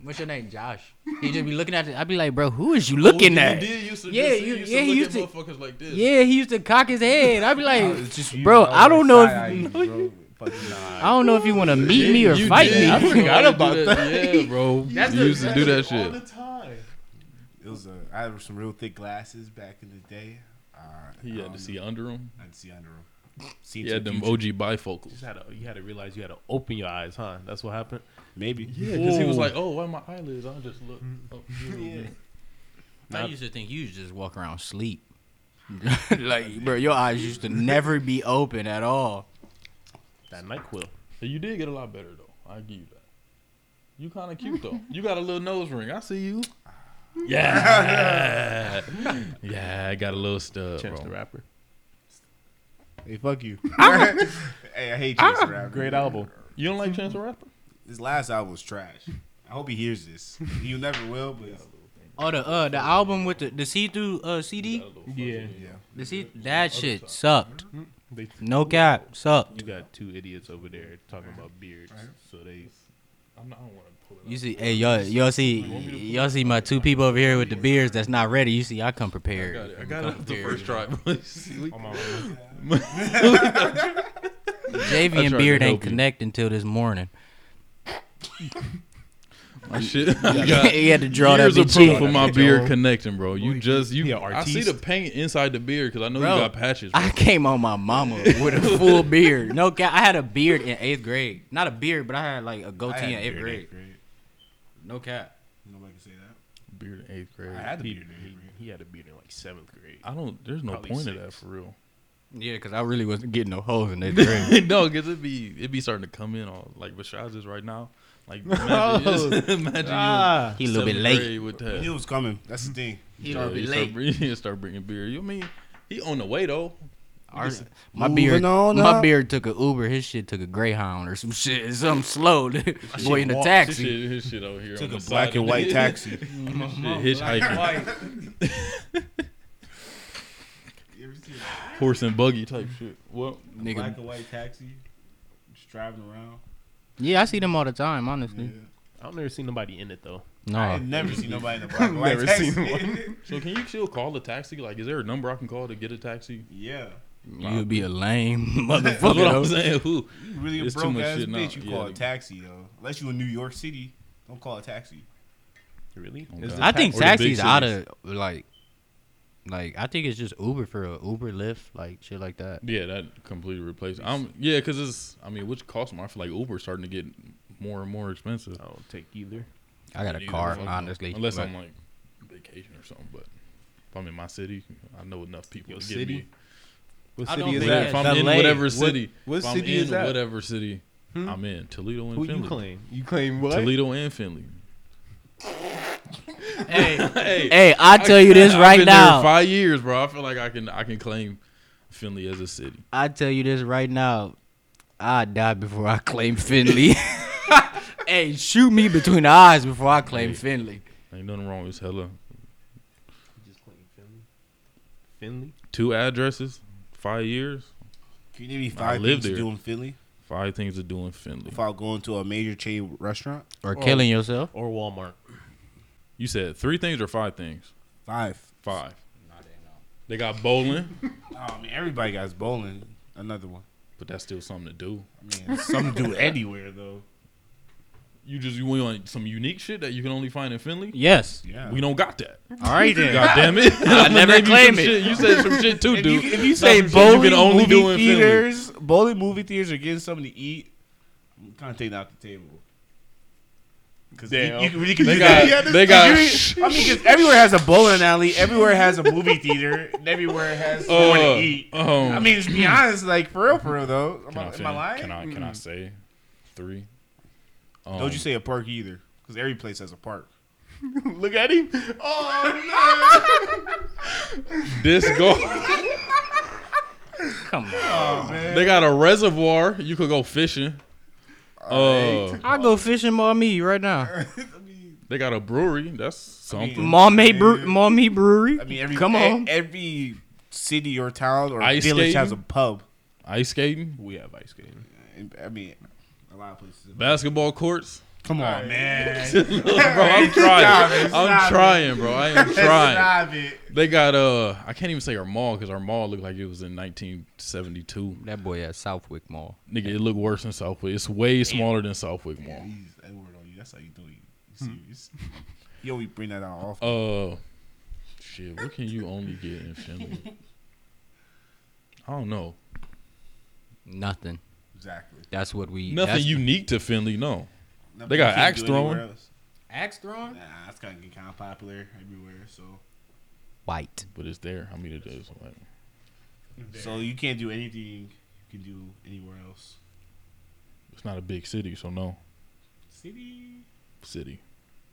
D: What's your name? Josh. He'd just be looking at it. I'd be like, bro, who is you looking
C: Oh,
D: at?
C: You did used to
D: Yeah,
C: just-
D: you-
C: used
D: yeah,
C: to
D: he
C: look
D: used
C: at motherfuckers like this.
D: Yeah, he used to cock his head. I'd be like,
G: It's just you
D: bro,
G: always
D: I don't know
G: side-eye
D: if
G: you, bro. Fucking nah.
D: I don't know if you want to meet me or
C: You
D: fight
C: did.
D: me.
C: I forgot about
D: that.
C: that. Yeah, bro. you used to do that shit.
F: all the time.
G: It was. A, I had some real thick glasses back in the day. Uh,
C: He had to see under him.
G: I had to see under them.
C: He had them OG bifocals.
F: Just had to, you had to realize you had to open your eyes, huh? That's what happened.
G: Maybe.
C: Yeah, because he was like, "Oh, why my eyelids? I'll just look." Up.
D: I used to think you used to just walk around sleep. like, bro, your eyes used to never be open at all.
F: That NyQuil.
C: You did get a lot better though. I give you that. You kind of cute though. You got a little nose ring. I see you. Yeah, yeah. I got a little stuff,
F: Chance the
C: bro.
F: Rapper.
G: Hey, fuck you.
C: Ah!
G: hey, I hate Chance the Rapper.
F: Great album.
C: You don't like Chance the Rapper?
G: His last album was trash. I hope he hears this. You never will, but
D: Oh, the uh, the album with the the see through uh CD,
F: Yeah.
D: the see that shit sucked.
F: They-
D: No cap, sucked.
F: You got two idiots over there talking about beards. So they.
C: I'm not, I don't want to pull it.
D: You see, hey y'all, y'all see, y'all see my two people over here with the beards that's not ready. You see, I come prepared.
C: Got it. I got it off the first try. Oh, bro. See, we-
D: JV
C: I tried
D: and Beard
C: to
D: ain't
C: help you.
D: connecting till this morning.
C: My shit. I got
D: he had to draw
C: years
D: that
C: of
D: bitch
C: proof
D: in.
C: of my beard connection, bro. You just you.
F: he a
C: I see the
F: artiste.
C: paint inside the beard because I know
D: Bro,
C: you got patches. Bro.
D: I came on my mama with a full beard. No, cap, I had a beard in eighth grade. Not a beard, but I had like a
G: I
D: goatee in
G: had
D: eighth
G: the
D: grade.
G: beard in eighth grade.
D: No cap.
G: Nobody can say that.
C: beard in eighth grade.
G: I had the
F: He,
G: beard in eighth
F: he,
G: grade.
F: he had a beard in like seventh grade.
C: I don't. There's no
F: Probably
C: point of
F: six.
C: that for real.
D: Yeah, because I really wasn't getting no hoes in eighth grade.
C: no, because it'd be it'd be starting to come in on like Bashaz is right now. Like imagine, imagine
F: Ah.
D: He
C: you
D: a little bit
C: seventh
D: late.
C: grade with
G: I
C: that.
G: knew it was coming. That's the thing.
D: He a little bit
C: start,
D: late.
C: bring- he start bringing beer. You mean he on the way though?
D: Our- my
G: Moving
D: beard,
G: on
D: my
G: up.
D: beard took a Uber. His shit took a Greyhound or some shit. Something slow. Boy in a
C: His
D: taxi.
C: shit, his shit over here.
G: Took
C: on
G: a
C: the
G: black
C: side
G: and
C: of
G: white
C: the-
G: taxi.
C: His shit, hitchhiking,
G: You ever see
C: horse and buggy type shit. Well,
G: a
D: Nigga.
G: black and white taxi just driving around?
D: Yeah, I see them all the time. Honestly,
F: I've never seen nobody in it though.
G: I
D: no.
G: ain't never seen nobody in a black and white
F: Never
G: taxi.
F: seen
C: so can you still call a taxi? Like, is there a number I can call to get a taxi?
G: yeah.
D: You'd be a lame
C: That's what I'm
D: motherfucker.
C: saying. Who?
G: You really a
C: It's too
G: broke
C: much
G: ass
C: shit now.
G: bitch. You
C: Yeah,
G: call a
C: the-
G: taxi, though. Unless you in New York City, don't call a taxi.
F: Really?
C: Oh,
F: Is
C: God.
F: the
D: I think
C: Or the big
D: taxis out of like, like I think it's just Uber for a Uber Lyft, like shit like that.
C: Yeah, that completely replaced. I'm yeah, because it's. I mean, which costs more? I feel like Uber's starting to get more and more expensive.
F: I don't take either.
D: I got a
C: Either
D: car,
C: one.
D: honestly.
C: Unless
D: but-
C: I'm like vacation or something, but if I'm in my city, I know enough people
F: Your
C: to
F: city?
C: get me.
F: What
D: I don't
F: city is
D: think
C: Yeah,
F: that?
C: if I'm in
D: LA.
C: whatever
F: What-
C: city,
F: what
C: if I'm
F: city is
C: in
F: that?
C: Whatever city
F: Hmm?
C: I'm in, Toledo and
F: Who you
C: Finley.
F: claim? You claim what?
C: Toledo and Finley.
D: hey,
C: Hey,
D: hey, I tell you this
C: I've
D: right
C: been there
D: now.
C: five years, bro. I feel like I can I can claim Finley as a city.
D: I tell you this right now. I die before I claim Finley. hey, shoot me between the eyes before I claim
C: Hey.
D: Finley.
C: Ain't nothing wrong with hella
F: Just claim Finley. Finley.
C: two addresses, five years,
G: Can you give me
C: I
G: five
C: lived
G: things to
C: there.
G: do in Philly
C: five things to do in Finley.
G: without going to a major chain restaurant?
D: Or killing yourself.
F: Or Walmart.
C: You said three things or five things?
G: Five.
C: Five. They got bowling,
G: Oh, I mean, everybody got bowling. Another one.
C: but that's still something to do.
G: I mean, some do anywhere though.
C: You just you want some unique shit that you can only find in Finley.
D: Yes.
G: Yeah.
C: We don't got that.
D: All right then.
C: God damn it!
D: I
C: I'ma
D: never
C: name you some
D: claim it.
C: Shit. You said some shit too,
G: if,
C: dude.
G: you, if you
C: Some
G: say
C: shit
G: bowling,
C: only do
G: movie
C: in Philly.
G: theaters, bowling movie theaters are getting something to eat, I'm kind of taking out the table. Cause you-
F: Damn.
G: you, can- you can
C: They
G: do
C: got-
G: that. Yeah, this-
C: they got-
G: you- I mean, 'cause everywhere has a bowling alley, everywhere has a movie theater, and everywhere has somewhere
C: Uh,
G: to eat.
C: um,
G: I mean, to be honest, like for real, for real though. Am,
C: can I,
G: I, am I
C: finish?
G: lying? Mm.
C: Can I can I say three? Um,
G: Don't you say a park either, because every place has a park.
F: Look at him.
C: this go?
D: Come on.
G: Oh,
C: they got a reservoir. You could go fishing. Oh,
D: I go fishing more me right now.
C: they got a brewery. That's something.
G: mean,
D: Mommy Bre- Mommy Brewery.
G: I mean, every
D: Come on.
G: e- every city or town or
C: Ice
G: village
C: skating?
G: has a pub.
C: Ice skating,
F: We have ice skating.
G: I mean, a lot of places.
C: basketball courts.
G: Come on, man.
C: bro, I'm trying. I'm trying, bro. I am trying.
G: Stop it.
C: They got uh, I can't even say our mall because our mall looked like it was in 1972.
D: That boy at Southwick Mall.
C: Nigga, it looked worse than Southwick. It's way smaller than Southwick Mall.
G: He's that word on you. That's how you do it.
C: Hmm.
G: You serious? You always bring that out often.
C: Uh, shit. What can you only get in Finley? I don't know.
D: Nothing.
G: Exactly.
D: That's what we.
C: Nothing
D: that's-
C: unique to Finley. No.
G: No,
C: They
G: you
C: got
G: can't
C: axe
G: do anywhere
C: throwing.
G: else.
D: Axe throwing.
G: Nah, that's kind of getting kind of popular everywhere. So
D: white.
C: but it's there. I mean, it is. Like,
G: So you can't do anything you can do anywhere else.
C: it's not a big city, so no
F: City,
C: city,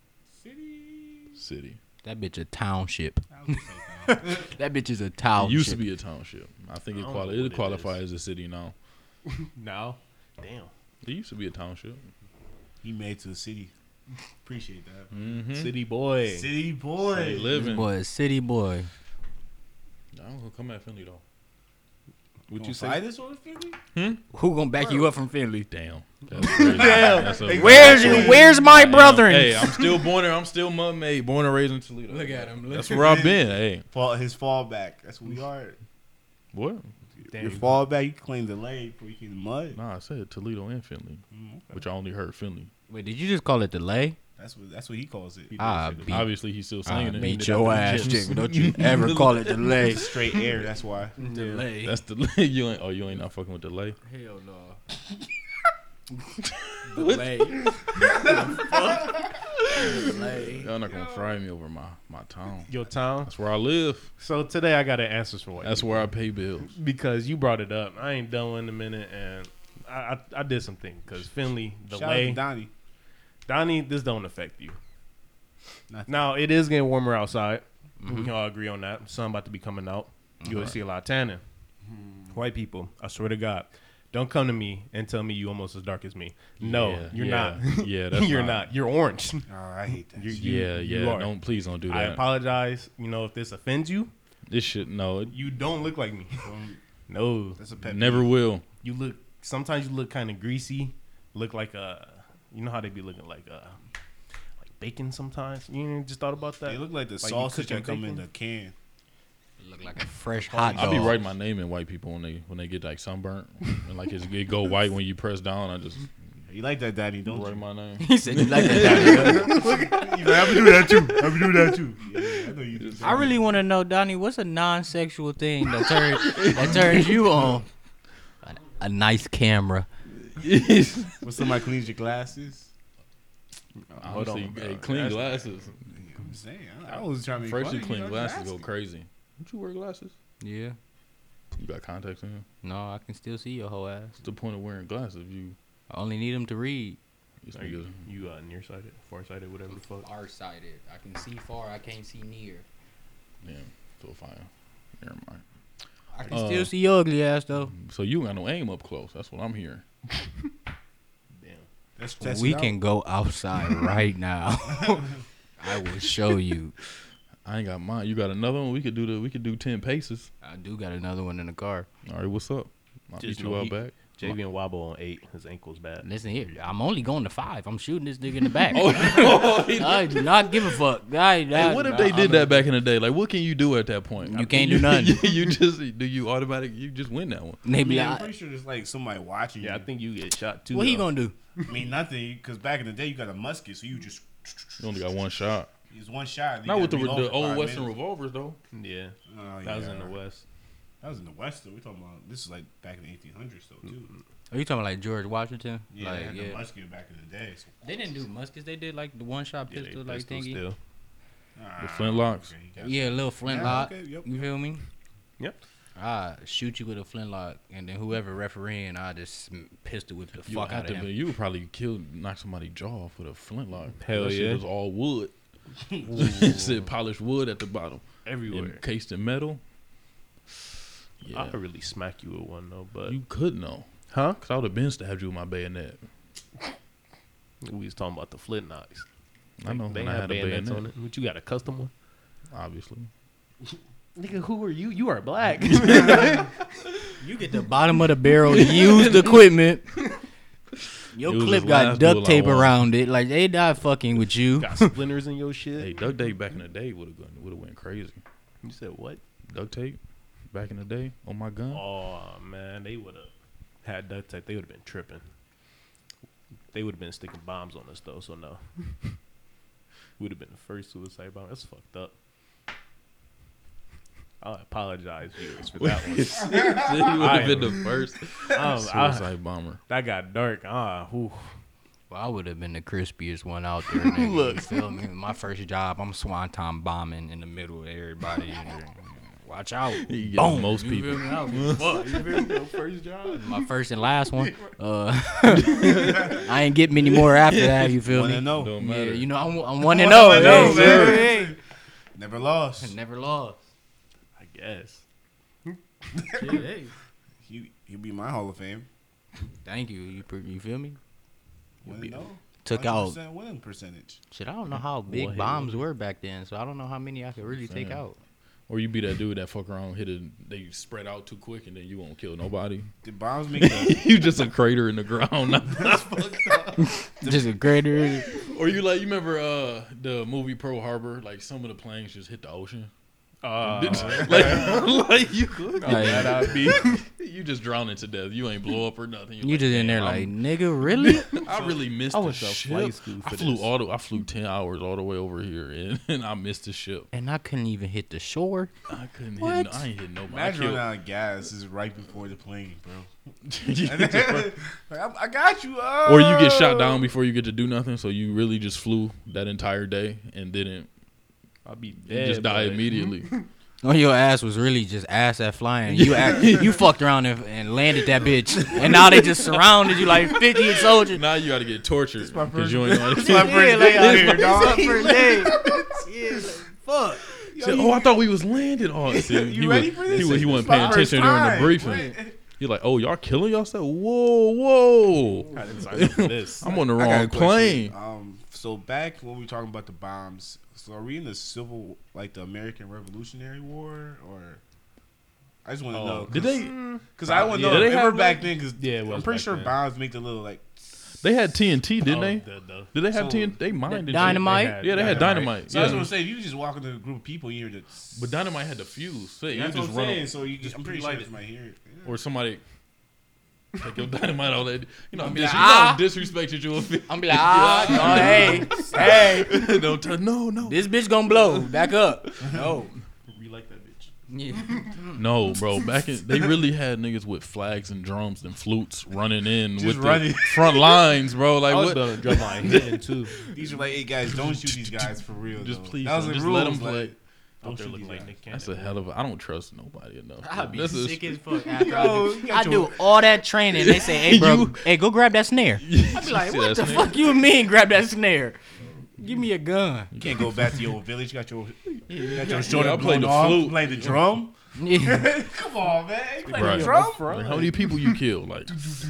F: city.
C: city.
D: That bitch a township.
F: I was gonna say
D: That bitch is a
C: it
D: township.
C: used to be a township. I think
F: Oh, I
C: it
F: don't
C: quali-
F: know
C: it
F: what it
C: qualifies as a city now.
F: town. no, damn.
C: It used to be a township.
G: He made it to the city. Appreciate that.
D: Mm-hmm.
F: City boy.
C: They
G: City boy.
C: living.
D: boy, a city boy.
C: I don't know, come at Finley though. Would
G: Would
C: you
G: you
C: say?
G: say this one, Philly?
D: Who gonna back you up from Finley?
C: Damn. That's crazy. That's a-
D: Where's you? Where's my
C: Damn.
D: brethren?
C: Hey, I'm still born there. I'm still mud-made, born and raised in Toledo.
D: Look at him. Look.
C: That's where I've been. Hey,
G: Fall, his fallback. That's what we are.
C: what?
G: Your fallback. You claim the lane before you can mud.
C: Nah, I said Toledo and Finley, which I only heard Finley.
D: Wait, did you just call it delay?
G: That's what that's what he calls it.
D: Ah, beat,
C: Obviously, he's still
D: I
C: singing. it.
D: beat
C: Ended
D: your
C: up in
D: ass,
C: gyps.
D: Jimmy. Don't you ever call it delay.
G: Straight air. That's why.
D: delay.
C: That's the you ain't. Oh, you ain't not fucking with delay.
D: Hell no. delay. delay.
C: Y'all not gonna fry me over my my town.
F: Your town.
C: That's where I live.
F: So today I got an answers for you.
C: That's where I pay bills.
F: because you brought it up. I ain't done in a minute, and I I, I did something because Finley
G: Shout out to
F: delay.
G: Donnie.
F: Donnie, this don't affect you.
G: Nothing.
F: Now it is getting warmer outside. We
C: Mm-hmm.
F: can all agree on that. Sun about to be coming out. You'll see a lot of tanning. White people, I swear to God, don't come to me and tell me you almost as dark as me. No,
C: Yeah,
F: you're
C: yeah,
F: not.
C: yeah, that's
F: you're
C: not-
F: not. You're orange.
G: Oh, I hate that.
F: You- you-
C: Yeah,
F: you
C: yeah.
F: are.
C: Don't please don't do
F: I
C: that.
F: apologize. You know if this offends you,
C: This shit, no, it
F: you don't look like me. no,
G: That's a pet.
C: never will.
F: you look sometimes you look kind of greasy look like a you know how they be looking like uh like bacon sometimes you ain't just thought about that
G: They look like the
F: you
G: sausage
F: cooking
G: that come in the
F: bacon?
G: can.
D: Look like a fresh hot dog.
C: I be writing my name in white people when they when they get like sunburnt and like it's, it go white when you press down. I just
G: You like that, Donnie? Don't
C: write
G: you?
C: my name.
D: He said you like that.
G: I would do that too. I would do that too. Yeah, I know you. do
D: I really want to know, Donnie, what's a non-sexual thing that turns that turns you on? A, a nice camera.
G: that. When somebody cleans your glasses.
C: Honestly, hey, clean glasses.
G: I'm saying. I, I was trying to be
C: Freshly
G: funny,
C: clean
G: you know,
C: glasses
G: just
C: go
G: asking.
C: crazy. Don't you wear glasses?
D: Yeah.
C: You got contacts in.
D: No, I can still see your whole ass.
C: What's the point of wearing glasses? If you,
D: I only need them to read.
C: it's
F: Are you,
C: because-
F: you uh nearsighted farsighted whatever the fuck
D: Far-sighted. I can see far. I can't see near.
C: yeah, so fire. Never mind.
D: I can
C: Uh,
D: still see your ugly ass though.
C: So you ain't got no aim up close. That's what I'm hearing.
G: Let's test
D: we
G: it out.
D: can go outside right now. I will show you.
C: I ain't got mine. You got another one? We could do the. We could do ten paces.
D: I do got another one in the car.
C: All right, what's up? I will
F: Just
C: beat you
F: no
C: out
F: heat.
C: back.
F: jv and wobble on eight his ankle's bad
D: Listen here, I'm only going to five. I'm shooting this nigga in the back. I do not give a fuck. I,
C: Hey,
D: I-
C: what if
D: I-
C: they
D: I'm
C: did
D: a-
C: that back in the day? Like, what can you do at that point?
D: You can't do nothing.
C: you just do you automatic. You just win that one.
D: Maybe
G: Yeah,
D: I.
G: I'm pretty sure there's like somebody watching.
F: yeah i
G: you.
F: think you get shot too
D: What he
F: though.
D: gonna do?
G: I mean nothing, because back in the day you got a musket, so you just
C: You only got one shot.
G: it's one shot. and you
C: Not
G: gotta
C: with the,
G: reload
C: the
G: for
C: old
G: five
C: Western
G: minutes.
C: revolvers though.
F: yeah
G: Oh,
F: that was
G: yeah.
F: in the west
G: That was in the West. Though. We're talking about this is like back in the 1800s though too.
D: Are you talking like George Washington?
G: Yeah, they
D: like,
G: had the musket back in the day. So,
D: They didn't do muskets. They did like the one shot
F: yeah, they
D: pistol, like
F: pistol
D: thingy.
F: still
G: Ah,
C: The flintlocks.
G: okay, you got-
D: Yeah, little flintlock.
G: okay, yep.
D: You feel me?
F: Yep.
D: I shoot you with a flintlock, and then whoever refereeing, I just sm- pistol whip the
C: You
D: fuck
C: had
D: out
C: to
D: of him.
C: be- You would probably kill, knock somebody's jaw off with a flintlock.
F: Hell
C: that shit
F: yeah.
C: was all wood. it said polished wood at the bottom,
F: everywhere
C: encased in metal. Yeah,
F: i could really smack you with one though but
C: you could know, huh? Cause I would have been stabbed you with my bayonet.
F: we was talking about the flint knives
C: I know
F: they
C: when I
F: have
C: had a bayonet,
F: bayonets on it but you got a custom one
C: obviously.
F: nigga who are you you are black
D: You get the bottom of the barrel, used equipment.
C: It
D: Your
C: was
D: clip
C: his
D: got
C: last
D: duct
C: bullet I
D: tape
C: wanted.
D: around it. Like they not fucking with you.
F: got splinters in your shit
C: Hey, duct tape back in the day would have gone, would have went crazy.
F: you said what
C: Duct tape back in the day on my gun.
F: Oh man, they would have had duct tape. They would have been tripping. They would have been sticking bombs on us though. So no, would have been the first suicide bomb. That's fucked up. I apologize, viewers, for that one.
C: would
F: I
C: have been the first
F: Um, I-
C: suicide bomber.
F: that got dark. Ah, whew.
D: Well, I would have been the crispiest one out there. Nigga. Look, you feel me? My first job, I'm swanton bombing in the middle of everybody. Watch out!
C: You get
D: Boom.
C: most
D: You feel
C: people.
D: me? I don't give a fuck.
F: First job.
D: My first and last one. Uh, I ain't get many more after that. You feel
G: One and oh.
D: me?
G: no,
C: Don't
D: Yeah,
C: matter.
D: you know I'm, I'm oh, one and oh, zero.
F: No, man.
D: yeah, sure.
F: Hey.
G: never lost.
D: Never lost.
F: I guess.
D: Yeah, hey.
G: He he'll be my Hall of Fame.
D: Thank you. You, pre- you feel me?
G: One and no.
D: Took out
G: 100% winning percentage.
D: shit. I don't know how big
C: Well, hey,
D: bombs were back then, so I don't know how many I could really take
C: Damn.
D: out.
C: Or you be that dude that fuck around, hit it, they spread out too quick, and then you won't kill nobody.
G: Did bombs make? a-
C: you just a crater in the ground.
D: Just a greater.
C: or you like, you remember uh, the movie Pearl Harbor? Like some of the planes just hit the ocean.
F: Uh,
C: like, like you could.
D: Like,
C: you just drowning to death. You ain't blow up or nothing. You're
D: you just in there
C: "Damn,
D: like
C: I'm-
D: nigga, really?
C: I really missed
F: I
C: the
F: was in
C: ship.
F: flight school
C: I
F: for
C: flew
F: this.
C: all the, I flew ten hours all the way over here, and, and I missed the ship.
D: and I couldn't even hit the shore.
C: I couldn't hit.
D: What?
C: no- I ain't hit nobody. I
G: Imagine running
C: killed-
G: out of gas is right before the plane, bro.
C: You
G: And
C: just-
G: then, like, I, I got you. Oh.
C: or you get shot down before you get to do nothing, so you really just flew that entire day and didn't
F: I'll be dead.
C: and just die
F: boy.
C: immediately.
D: No, Oh, your ass was really just ass at flying. You act, you fucked around and, and landed that bitch, and now they just surrounded you like fifty soldiers.
C: now you got to get tortured because you ain't.
G: It's my first day out here, dog.
D: Fuck.
C: Said, oh, I thought we was landing on. See, he
G: ready
C: was,
G: for this?
C: He, was, he
G: This
C: wasn't
G: my
C: paying
G: first
C: attention during the
G: time.
C: briefing. You're like, oh, y'all killing yourself? Whoa, whoa!
F: This.
C: I'm on the
G: I got a
C: wrong
G: question.
C: plane.
G: Um, so back when we were talking about the bombs, so are we in the civil, like the American Revolutionary War, or I just want to
C: Oh,
G: know?
C: Did they?
G: Because I want to
C: Yeah.
G: know.
C: Did they
G: Remember
C: have,
G: back then? Because
F: Yeah, it was
G: I'm pretty
F: back
G: sure
F: then.
G: bombs make the little like.
C: They had TNT, didn't
F: Oh,
C: they?
F: the- the-
C: Did they have
G: So-
C: TNT? They mined it.
D: dynamite?
C: Yeah, they had dynamite.
G: So
C: yeah.
G: that's what I'm saying. If you just walk into a group of people, you hear the.
C: But dynamite had the fuse. So you
G: That's
C: just
G: what I'm
C: run
G: saying.
C: up-
G: So you just, I'm pretty sure it's my hearing.
C: or somebody take your dynamite all that. You know, I'm dis-
D: like,
C: you know how
D: "Ah."
C: disrespected you will feel.
D: I'm be like, ah, no, hey, hey,
C: Don't touch. No, no,
D: this bitch gonna blow. Back up. No.
F: Relight that bitch.
D: Yeah.
C: no, bro. Back in, they really had niggas with flags and drums and flutes running in with
G: running.
C: the front lines, bro. Like
F: I was
C: what?
F: about to drop my hand too.
G: These are like, hey guys, don't shoot these guys for real.
C: Just
G: though."
C: please,
G: That was
C: don't-
G: the
C: just
G: rules,
C: let them play.
G: like, Don't
F: Don't you
G: shoot
F: look
G: these
F: like
G: guys.
F: Nick Cannon.
C: That's a hell of. a I don't trust nobody enough.
D: I'd be
C: This is-
D: sick as fuck after
G: Yo, you
D: I
G: got
D: do, I
G: your-
D: do all that training. They say, hey, bro,
C: You-
D: hey, go grab that snare. I'd be like,
C: see
D: what
C: that
D: the
C: snare?
D: fuck you mean grab that snare? Give me a gun.
G: You can't go back to your old village. You got your, you got your
C: Yeah, I
G: shoulder
C: played
G: blown
C: the
G: off.
C: flute.
G: Play the drum.
D: Yeah.
G: Come on, man. You play
C: Right.
G: the drum.
C: Like, how many people you kill? Like, I just,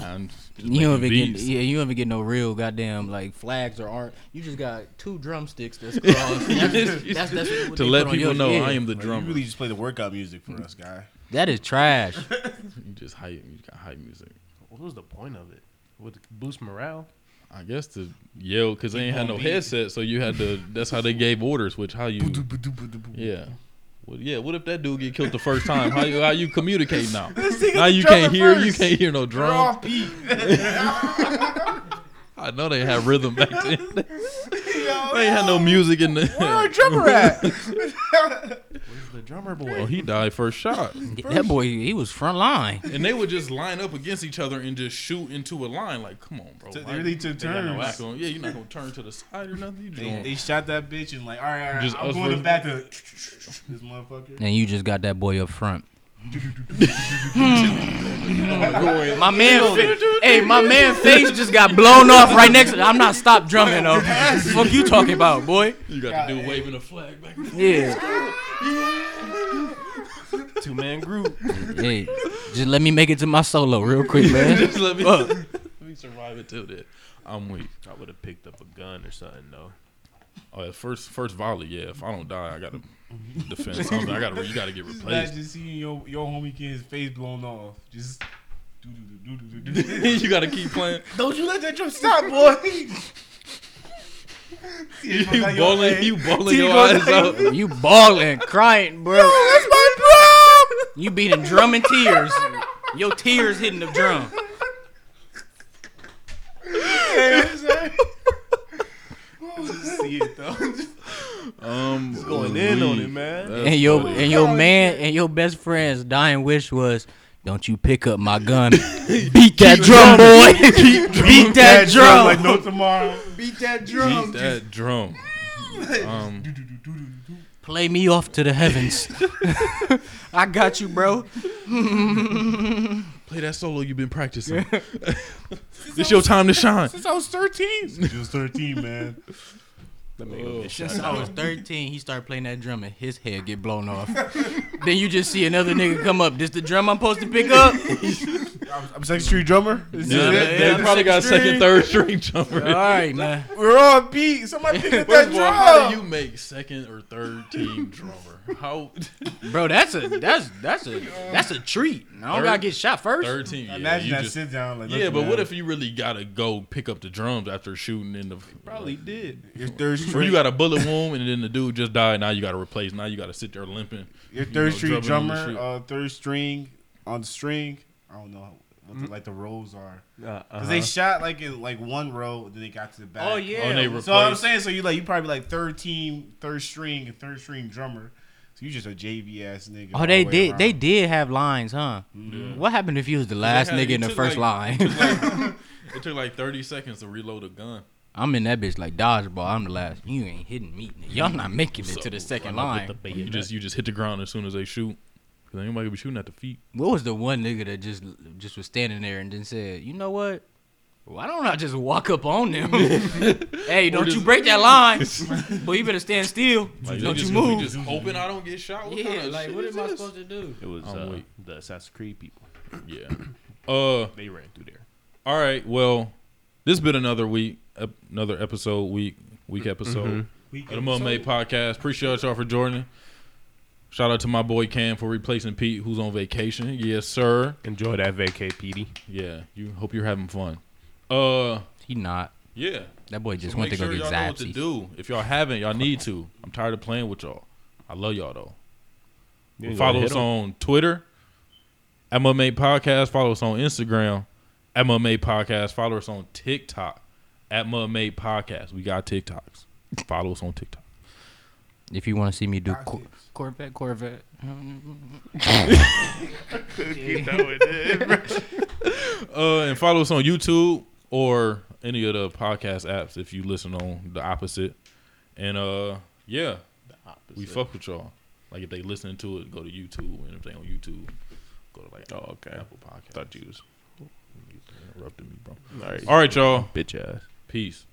C: I'm just
D: You don't
C: making
D: even get,
C: beats.
D: yeah, you don't even get no real goddamn like flags or art. You just got two drumsticks that's crossed. that's, that's, that's what
C: to
D: they
C: let
D: put on
C: people
D: yours.
C: know
D: Yeah.
C: I am the
G: Like,
C: drummer.
G: you really just play the workout music for us, guy.
D: That is trash.
C: You just hype. You got hype music.
F: What was the point of it? Would it boost morale?
C: I guess to yell because they ain't had
F: on
C: no
F: beat.
C: headset, so you had to. That's how they gave orders. Which how you? Yeah. Well, yeah. What if that dude get killed the first time? How you how you communicate now? Now you can't hear. You can't hear no drum.
G: beat.
C: I know they had rhythm back then. They ain't had no music in
G: Where a
C: the.
G: drummer at?
F: Where's the drummer
C: Well,
F: boy?
C: he died first shot,
D: that boy, he was front line.
C: and they would just line up against each other and just shoot into a line. Like, come on, bro.
G: So they
C: Why-
G: really took
C: they got no
G: turns.
C: act on- yeah, you're not gonna turn to the side or nothing. You just
G: They,
C: gonna-
G: they shot that bitch and like, all right, all right,
C: Just
G: I'm
C: us
G: going to
C: versus-
G: back to this motherfucker.
D: And you just got that boy up front.
C: Hmm.
G: Going.
D: My man, fa- hey, my man face just got blown off right next. to I'm not stop drumming though. fuck you talking about, boy?
C: you got to do waving a flag back. and forth.
D: Yeah.
F: Two man group.
D: Hey, just let me make it to my solo real quick, man.
C: Just let me, let me survive it till then. I'm weak.
F: I would have picked up a gun or something though.
C: Oh, yeah, first first volley, yeah. If I don't die, I gotta defend something. I gotta you gotta get
G: Just
C: replaced.
G: imagine seeing your, your homie get his face blown off. Just. doo-doo-doo-doo-doo-doo.
C: you gotta keep playing.
G: Don't you let that jump stop, boy.
C: You bowling, you bowling your
G: goes
C: eyes out.
D: You bawling, crying, bro.
G: That's my drum.
D: You beating drum and tears. Your tears hitting the drum.
G: See it though.
C: Um,
F: Going in on it, man.
D: Oh, And your and your man and your best friend's dying wish was, Don't you pick up my gun. Beat that drum, boy. Beat that drum.
G: Like no tomorrow.
E: Beat that
C: Beat
E: drum.
C: that drum. Um,
D: Play me off to the heavens. I got you, bro.
C: play that solo you've been practicing. it's your time to shine.
G: Since I was 13. Since you was 13, man.
D: Since I was 13, he started playing that drum and his head get blown off. then you just see another nigga come up. This the drum I'm supposed to pick up?
G: I'm a second street drummer. This is
C: Yeah,
G: it.
C: they, they
D: yeah,
C: probably got
D: second
C: second, third string jumper.
D: All right, man.
G: We're on beat. Somebody pick up
C: First
G: that
C: of all, how
G: drum.
C: do you make second or third team drummer? How
D: Bro, that's a that's that's a that's a treat. I don't
C: Third-
D: gotta get shot first.
C: third team? Yeah,
G: Imagine
C: you
G: that
C: just-
G: sit down. Like,
C: yeah
G: look,
C: but
G: man,
C: what if you really gotta go pick up the drums after shooting in the probably
F: did.
G: your third
C: Or
G: street,
C: you got a bullet wound and then the dude just died. Now you got to replace. Now you got to sit there limping.
G: your
C: you know,
G: third street
C: drumming on the
G: drummer,
C: shit.
G: uh, third string on the string? I don't know what
C: Mm.
G: the, like the rows are.
F: Uh,
C: Uh-huh.
G: Cause
F: uh
G: they shot like in like one row, then they got to the back.
D: Oh yeah.
C: Oh, they
G: So I'm
C: replaced.
G: saying, so you like you probably like third team, third string, and third string drummer. So you just a JV ass nigga.
D: Oh,
G: all
D: they
G: the way
D: did.
G: around.
D: They did have lines, huh? What happened if you was the last
C: had-
D: nigga
C: it
D: in the
C: took,
D: first
C: like-
D: line?
G: uh,
C: It took like thirty seconds to reload a gun.
D: I'm in that bitch like dodgeball. I'm the last. You ain't hitting me. nigga. Y'all not making it to the second line.
C: You just you just hit the ground as soon as they shoot. Cause anybody be shooting at the feet.
D: What was the one nigga that just just was standing there and then said, you know what? Why don't I just walk up on them? hey, don't you
C: just-
D: break that line. Boy, you better stand still.
C: Like,
D: don't
C: they
D: you
C: just,
D: move.
C: We just hoping I don't get shot. What kind
D: yeah,
C: of
D: like
C: shit
D: what
C: is
D: am I
C: this?
D: supposed to do?
F: It was
C: Oh,
F: uh,
C: wait.
F: the Assassin's Creed people.
C: Yeah. Uh.
F: They ran through there.
C: All right. Well, this been another week, ep- another episode, week, week episode of the Mud Podcast. Appreciate y'all for joining. Shout out to my boy Cam for replacing Pete, who's on vacation. Yes, sir.
F: Enjoy that vacay, PD.
C: Yeah. You hope you're having fun. Uh.
D: He not.
C: Yeah.
D: That boy just
C: So
D: went to
C: make
D: go
C: sure
D: get
C: y'all know what to
D: zapsy.
C: do. If y'all haven't, y'all need to. I'm tired of playing with y'all. I love y'all though.
F: You ain't
C: follow
F: gonna
C: us
F: hit 'em.
C: on Twitter at MMA Podcast. Follow us on Instagram at MMA Podcast. Follow us on TikTok at MMA Podcast. We got TikToks. Follow us on TikTok.
D: If you want to see me do cor- Corvette, Corvette.
C: Uh, and follow us on YouTube or any of the podcast apps if you listen on the opposite. And uh, yeah, we fuck with y'all. Like if they listening to it, go to YouTube, and if they on YouTube, go to like
F: Oh, okay.
C: Apple Podcast.
F: Thought you was
C: Interrupted me, bro.
F: all right.
C: All right, y'all.
F: Bitch ass.
C: Peace.